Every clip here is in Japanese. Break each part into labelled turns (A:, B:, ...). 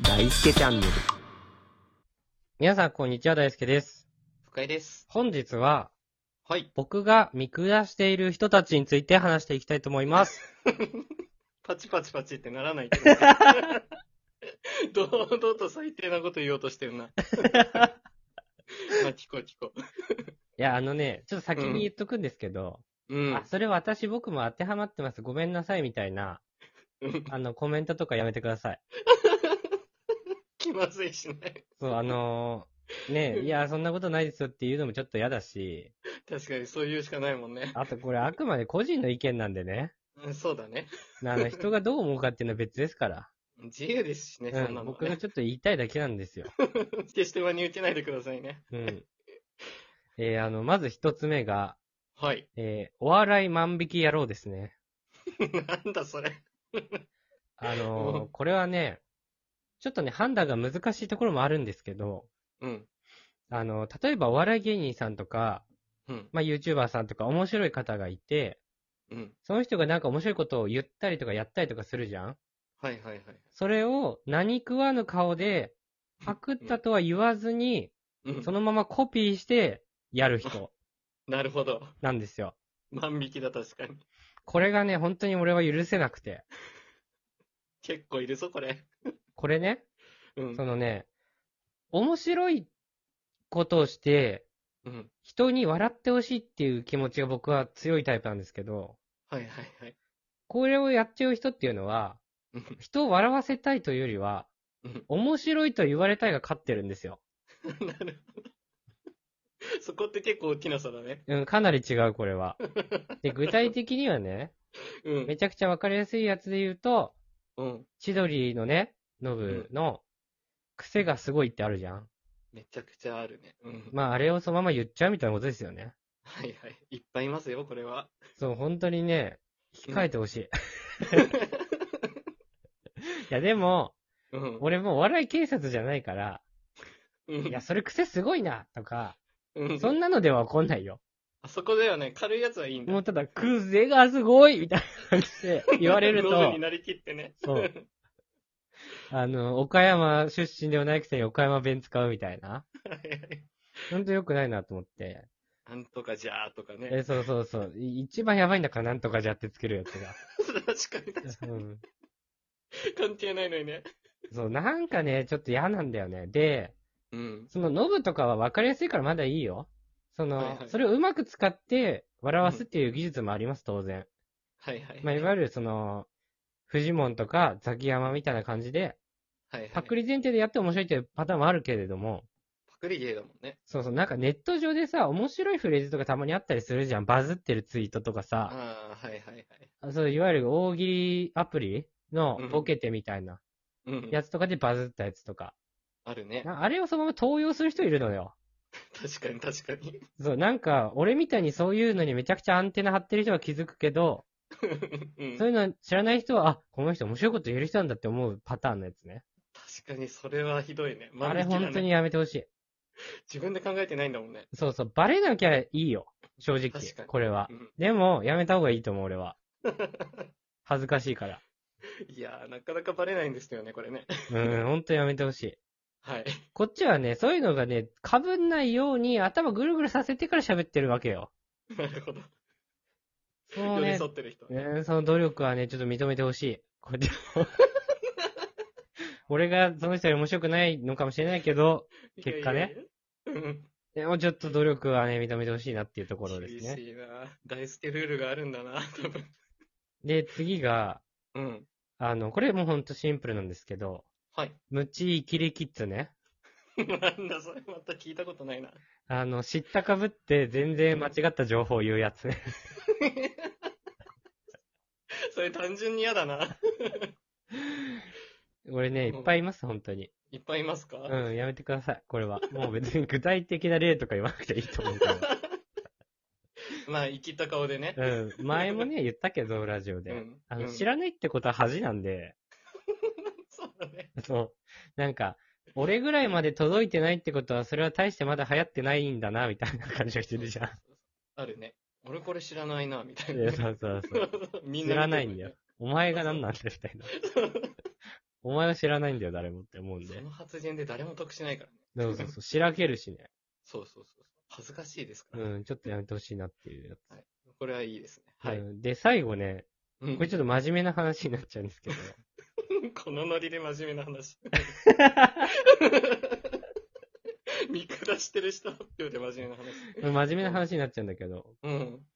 A: 大輔チャンネル。
B: 皆さん、こんにちは。大輔です。
C: 深井です。
B: 本日は、
C: はい。
B: 僕が見下している人たちについて話していきたいと思い ます。
C: パチパチパチってならないけど。堂々と最低なこと言おうとしてるな。まあ、聞こう聞こ
B: いや、あのね、ちょっと先に言っとくんですけど、
C: う。うん
B: あ、。それ私僕も当てはまってます。ごめんなさい、みたいな、
C: うん
B: あの、コメントとかやめてください。
C: 気まずいしね。
B: そう、あのー ね、いや、そんなことないですよっていうのもちょっと嫌だし、
C: 確かにそういうしかないもんね。
B: あとこれあくまで個人の意見なんでね、
C: うんそうだね。
B: あの、人がどう思うかっていうのは別です から、
C: 自由ですしね、そ
B: うん
C: なの、
B: ん、
C: ね。
B: 僕がちょっと言いたいだけなんですよ。
C: 決して真に受けないでくださいね。
B: うん。えーあの、まず一つ目が、
C: はい。
B: えーお笑い万引き野郎ですね。
C: なんだそれ。
B: あの
C: う
B: ー
C: ん
B: これはね、ちょっとね、判断が難しいところもあるんですけど、
C: うん。
B: あのー例えばお笑い芸人さんとか、
C: うん。
B: まあ、YouTuber さんとか面白い方がいて、
C: うん。
B: その人がなんか面白いことを言ったりとかやったりとかするじゃん
C: はいはいはい。
B: それを何食わぬ顔で、パクったとは言わずに、
C: うん。
B: そのままコピーしてやる人
C: なるほど。
B: なんですよ。
C: 万引きだ確かに。
B: これがね、本当に俺は許せなくて。
C: 結構いるぞ、これ。
B: これね、
C: うん。
B: そのね、面白いことをして、
C: うん。
B: 人に笑ってほしいっていう気持ちが僕は強いタイプなんですけど、
C: はいはいはい。
B: これをやっちゃう人っていうのは、
C: うん
B: 人を笑わせたいというよりは、
C: うん。
B: 面白いと言われたいが勝ってるんですよ。
C: なるほど。そこって結構大きな差だね。
B: うん、かなり違う、これは。で、具体的にはね、
C: うん
B: め。ちゃくちゃわかりやすいやつで言うと、
C: うん。
B: 千鳥のね、ノブの癖がすごいってあるじゃん。
C: めちゃくちゃあるね。うん。
B: まあ、あれをそのまま言っちゃうみたいなことですよね。
C: はいはい。いっぱいいますよ、これは。
B: そう、本当にね、控えてほ しい。いや、でも、
C: うん。
B: 俺もうお笑い警察じゃないから、
C: う
B: い
C: ん
B: や、。それ癖すごいな、とか、
C: うん
B: そんなのでは怒んないよ。
C: あそこだよね。軽いやつはいいんだ。
B: もうただ、癖がすごいみたいな感じで言われ る
C: ノブに
B: と、
C: なりきってね。
B: そう。あの、岡山出身ではないくせに岡山弁使うみたいな。
C: はいはい
B: ほんと良くないなと思って。
C: なんとかじゃーとかね。
B: え、そうそうそう。い一番やばいんだからなんとかじゃってつけるやつが。
C: 確かに確か
B: うん、
C: に関係ないのにね。
B: そう、なんかね、ちょっと嫌なんだよね。で、
C: うん。
B: そのノブとかは分かりやすいからまだいいよ。その、
C: はいはい
B: それをうまく使って笑わすっていう技術もあります、当然。
C: はいはい。
B: まあ、いわゆるその、フジモンとかザキヤマみたいな感じで、
C: はいはい。
B: パクリ前提でやって面白いっていうパターンもあるけれども、
C: パクリゲーだもんね。
B: そうそう、なんかネット上でさ、面白いフレーズとかたまにあったりするじゃん。バズってるツイートとかさ、
C: ああ、はいはいはい。
B: そう、いわゆる大喜利アプリの
C: うん
B: ボケてみたいな
C: うん。
B: やつとかでバズったやつとか。
C: あるね。
B: なあれをそのまま盗用する人いるのよ。
C: 確かに確かに。
B: そう、なんか、俺みたいにそういうのにめちゃくちゃアンテナ張ってる人は気づくけど、
C: うん
B: そういうの知らない人は、あ、この人面白いこと言える人なんだって思うパターンのやつね。
C: 確かに、それはひどいね。万
B: あれ
C: 引きだね
B: 本当にやめてほしい。
C: 自分で考えてないんだもんね。
B: そうそう、バレなきゃいいよ。正直
C: 確か、に
B: これは
C: う。ん
B: でも、やめた方がいいと思う、俺 は。恥ずかしいから。
C: いやー、なかなかバレないんですよね、これね。
B: うん、本当やめてほしい。
C: はい。
B: こっちはね、そういうのがね、被んないように頭ぐるぐるさせてから喋ってるわけよ。
C: なるほど。
B: その
C: 寄
B: ね
C: り、添ってる人。
B: ねその努力はね、ちょっと認めてほしい。これで も俺がその人より面白くないのかもしれないけど、結果ね
C: いやいやいや。うん。
B: でもちょっと努力はね、認めてほしいなっていうところです
C: 厳
B: ね。
C: しいな大好きルールがあるんだな、多分。
B: で、次が、
C: うん。
B: あの、これもうほんとシンプルなんですけど、
C: はい。
B: ムチイキリキッズね。
C: なんだ、それまた聞いたことないな。
B: あの、知ったかぶって全然間違った情報を言うやつね。
C: それ単純に嫌だな。
B: 俺ね、いっぱいいます、本当に。
C: いっぱいいますか、
B: うん、やめてください、これは。もう別に具体的な例とか言わなくていいと思うから。
C: まあ、生きった顔でね。
B: うん、前もね、言ったけど、ラジオで。
C: うん
B: あ
C: う
B: の
C: ん
B: 知らないってことは恥なんで、
C: そうだね。
B: そう。なんか、俺ぐらいまで届いてないってことは、それは大してまだ流行ってないんだな、みたいな感じがしてるじゃん。
C: あるね。俺これ知らないな、みたい
B: いや
C: な。
B: そうそうそう。
C: み
B: 知らないんだよ。。お前が何なんだ、みたいな。お前は知らないんだよ、誰もって思うん
C: そ
B: で
C: の。発言で誰も得しないからね。
B: そうそうそう、しらけるしね。
C: そうそうそうそう。恥ずかしいですから。
B: うん、ちょっとやめてほしいなっていうやつ。
C: はい。これはいいですね。はい。
B: うんで、最後ね、
C: うん
B: これちょっと真面目な話になっちゃうんですけど。
C: このノリで真面目な 話。見下してる人発表で真面目な話。
B: これ真面目な話になっちゃうんだけど、
C: うん。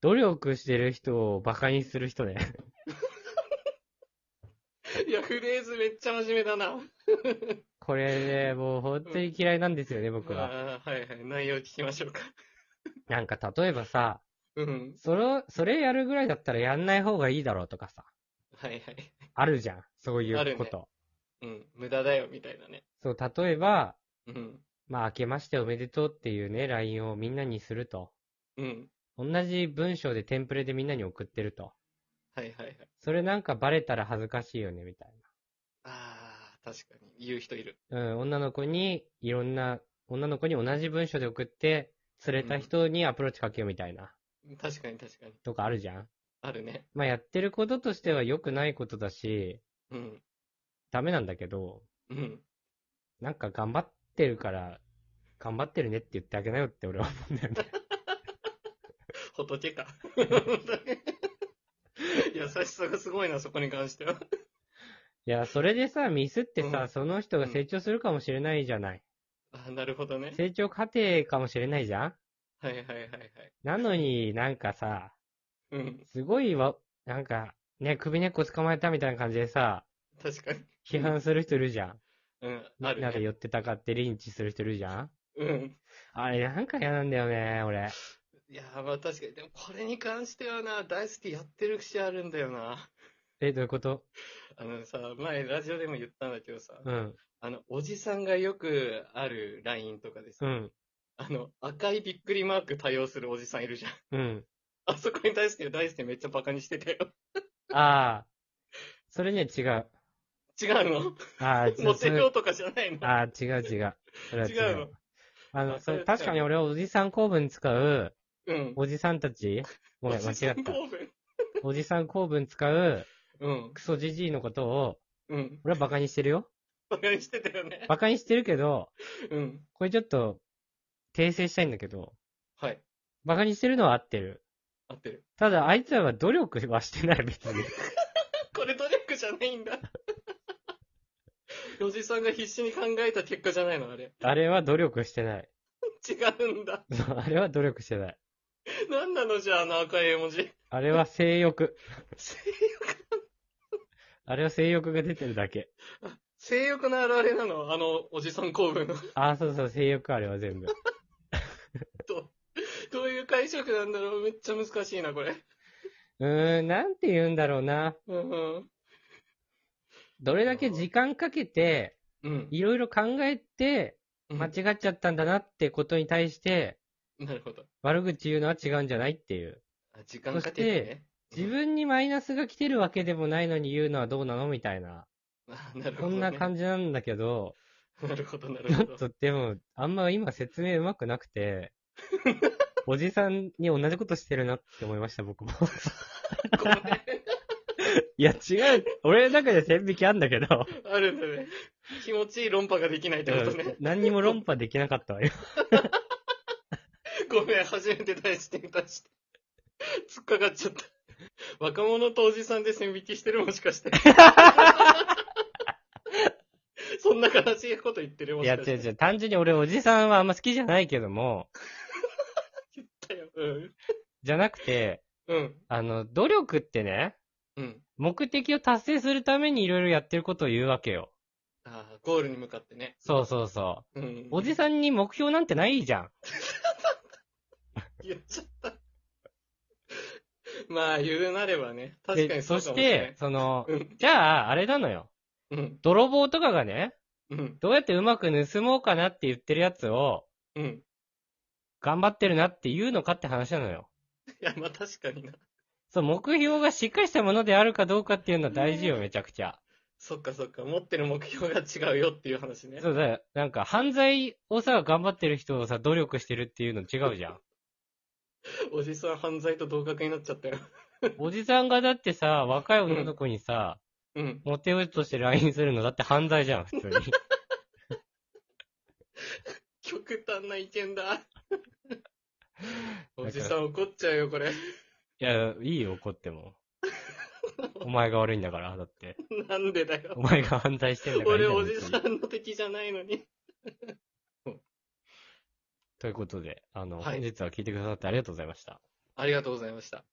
B: 努力してる人を馬鹿にする人ね。
C: いや、フレーズめっちゃ真面目だな。
B: これね、もう本当に嫌いなんですよね、僕は。
C: あーはいはい。内容聞きましょうか。
B: なんか例えばさ、
C: うん。
B: それ、それやるぐらいだったらやんない方がいいだろうとかさ、
C: はいはい。
B: あるじゃん。そうい
C: あ
B: う
C: る
B: こ
C: ね
B: と。
C: うん。無駄だよ、みたいなね。
B: そう、例えば、
C: うん。
B: まあ、明けましておめでとうっていうね、LINE をみんなにすると。
C: うん。
B: 同じ文章でテンプレでみんなに送ってると。
C: はいはいはい。
B: それなんかバレたら恥ずかしいよね、みたい
C: ああ、確かに。言う人いる。
B: な。うん、女の子に、いろんな、女の子に同じ文章で送って、釣れた人にアプローチかけようみたいな、
C: 確かに確かに。
B: とかあるじゃん。
C: あるね。
B: まあ、やってることとしては良くないことだし、
C: うん。
B: ダメなんだけど、
C: うん。
B: なんか頑張ってるから、頑張ってるねって言ってあげなよって俺 は思うんだよね。
C: 仏か。 優しさがすごいな、そこに関しては。
B: いや、それでさ、ミスってさ、
C: うん
B: その人が成長するかもしれないじゃない。
C: あなるほどね。
B: 成長過程かもしれないじゃん
C: はいはいはいはい。
B: なのになんかさ、
C: うん。
B: すごいわ、なんか、ね、首根っこ捕まえたみたいな感じでさ、
C: 確かに。
B: 批判する人いるじゃん。
C: うん。あ
B: みんなで
C: るね。
B: 寄ってたかってリンチする人いるじゃん
C: うん。
B: あれなんか嫌なんだよね、俺。
C: いやー、まあ確かに。でもこれに関してはな、大好きやってる節あるんだよな。
B: え、どういうこと
C: あのさ、前ラジオでも言ったんだけどさ、
B: うん、
C: あの、おじさんがよくある LINE とかでさ、
B: うん、
C: あの、赤いびっくりマーク多用するおじさんいるじゃん。
B: うん。
C: あそこに対して大好きめっちゃバカにしてたよ。
B: ああ、それね、違う。
C: 違う
B: ああ、
C: の モテようとかじゃないの
B: ああ、違う違う。それは違う。
C: 違うの
B: あの、
C: あ
B: そ
C: それ
B: れ確かに俺はおじさん構文使う、
C: うん。
B: おじさんたちごめん、間
C: おじさ
B: 違っ
C: ん
B: た。
C: 構文
B: おじさん構文使う、
C: うん。
B: クソじじいのことを、
C: うん。
B: 俺はバカにしてるよ。
C: バカにしてたよね。
B: バカにしてるけど、
C: うん。
B: これちょっと、訂正したいんだけど、
C: はい。
B: バカにしてるのは合ってる。
C: 合ってる。
B: ただ、あいつらは努力はしてない、別に。
C: これ努力じゃないんだ。 おじさんが必死に考えた結果じゃないのあれ。
B: あれは努力してない。
C: 違うんだ。
B: そうあれは努力してない。
C: 何なのじゃあ、あの赤い絵文字。
B: あれは性欲。あれは性欲が出てるだけ。
C: 性欲の表れなのあの、おじさん構文の。
B: ああ、そうそう、性欲あれは全部。
C: どういう解釈なんだろうめっちゃ難しいな、これ。
B: うーん、なんて言うんだろうな。
C: うんうん。
B: どれだけ時間かけて、
C: うん。
B: いろいろ考えて、間違っちゃったんだなってことに対して、
C: なるほど。
B: 悪口言うのは違うんじゃないっていう。
C: あ時間かけてね。
B: 自分にマイナスが来てるわけでもないのに言うのはどうなのみたいな。
C: あなるほ
B: こ
C: ど、ね。
B: んな感じなんだけど、
C: じ。なるほど、なる
B: ちょ
C: ほ
B: っ
C: ど。
B: とでも、あんま今説明うまくなくて、おじさんに同じことしてるなって思いました、僕も。
C: ごめん
B: いや、違う。俺の中で線引きあんだけど、
C: あるんだね。気持ちいい論破ができないってことね。
B: 何にも論破できなかったわよ。
C: ごめん、初めて大視点出して。突っかかっちゃった。若者とおじさんで線引きしてるもし かして。そんな悲しいこと言ってるも
B: い
C: し
B: や、
C: かし
B: 違う
C: て。
B: 違う。単純に俺おじさんはあんま好きじゃないけども、
C: うん。
B: じゃなくて、
C: うん。
B: あの、努力ってね、
C: うん。
B: 目的を達成するためにいろいろやってることを言うわけよ。
C: ああ、ゴールに向かってね。
B: そうそうそ
C: うん
B: う。。おじさんに目標なんてないじゃん。
C: 言っちゃった。 まあ、言うなればね。確か
B: で、
C: にそ
B: そうし
C: かもしれな
B: て
C: い、。
B: その、
C: うん。
B: じゃあ、あれなのよ。
C: うん。
B: 泥棒とかがね、
C: うん。
B: どうやってうまく盗もうかなって言ってるやつを、
C: うん。
B: 頑張ってるなって言うのかって話なのよ。
C: いや、まあ確かにな。
B: そう、目標がしっかりしたものであるかどうかっていうのは大事よ、めちゃくちゃ。
C: そっかそっか。持ってる目標が違うよっていう話ね。
B: そうだよ。なんか、犯罪をさ、頑張ってる人をさ、努力してるっていうの違うじゃん。
C: おじさん犯罪と同格になっちゃったよ。
B: おじさんがだってさ、若い女の子にさ、
C: うん。
B: モテようとして LINE するのだって犯罪じゃん、普 通に。
C: 極端 な意見だ。おじさん怒っちゃうよ、これ。
B: いや、いいよ、怒っても。お前が悪いんだから、だって。
C: なんでだよ
B: お。前が犯罪してんだからいい
C: 俺
B: じゃん
C: お
B: 別
C: じ
B: に
C: さんの敵じゃないのに。
B: ということで、あの、
C: はい
B: 本日は聞いてくださってありがとうございました。
C: ありがとうございました。